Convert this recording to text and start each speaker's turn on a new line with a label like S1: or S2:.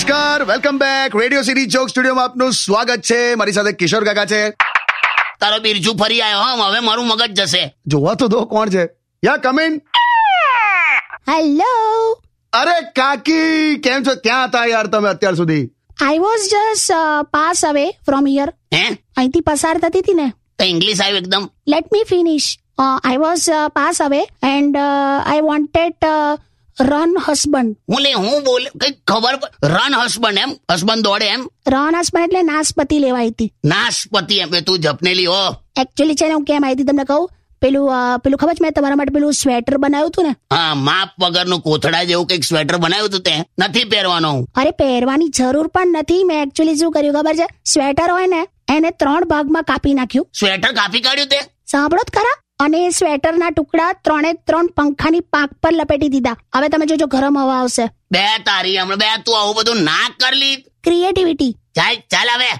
S1: welcome back radio city joke સ્ટુડિયોમાં આપનું સ્વાગત છે મારી સાથે કિશોર કાકા છે
S2: તારો બિરજુ ફરી આવ્યો હા હવે મારું મગજ જશે
S1: જોવા તો દો કોણ છે યા કમિન
S3: હેલો
S1: અરે કાકી કેમ છો ક્યાં હતા યાર તમે અત્યાર સુધી
S3: I was just pass away from here
S2: hey
S3: અહીંથી પસાર થતી હતી ને
S2: તો ઇંગ્લિશ આવ્યું એકદમ
S3: let me finish I was pass away and I wanted run husband
S2: હું લે હું બોલે કઈ ખબર પ- રન હસબન્ડ એમ હસબન્ડ દોડે એમ
S3: રન હસબન્ડ એટલે નાસપતિ લેવાઈ હતી
S2: નાશપતિ એમ બે તું જપનેલી હો
S3: એકચ્યુઅલી છે ને હું કેમ આવી હતી તમને કહું પેલું અ, પેલું ખબર છે મેં તમારા માટે પેલું સ્વેટર બનાવ્યું હતું ને
S2: હા માપ વગરનું કોથળા જેવું કઈક સ્વેટર બનાવ્યું હતું તે નથી પહેરવાનો હું
S3: અરે પહેરવાની જરૂર પણ નથી મેં એકચ્યુઅલી શું કર્યું ખબર છે સ્વેટર હોય ને એને ત્રણ ભાગમાં કાપી નાખ્યું
S2: સ્વેટર કાપી કાઢ્યું તે
S3: સાંભળો જ ખરા અને એ સ્વેટરના ટુકડા ત્રણે ત્રણ પંખાની પાંખ પર લપેટી દીધા હવે તમે જોજો ગરમ હવા આવશે
S2: બે તારી હમણાં બે તું આવું બધું ના કરલી
S3: ક્રિએટિવિટી
S2: ચાલ ચાલ હવે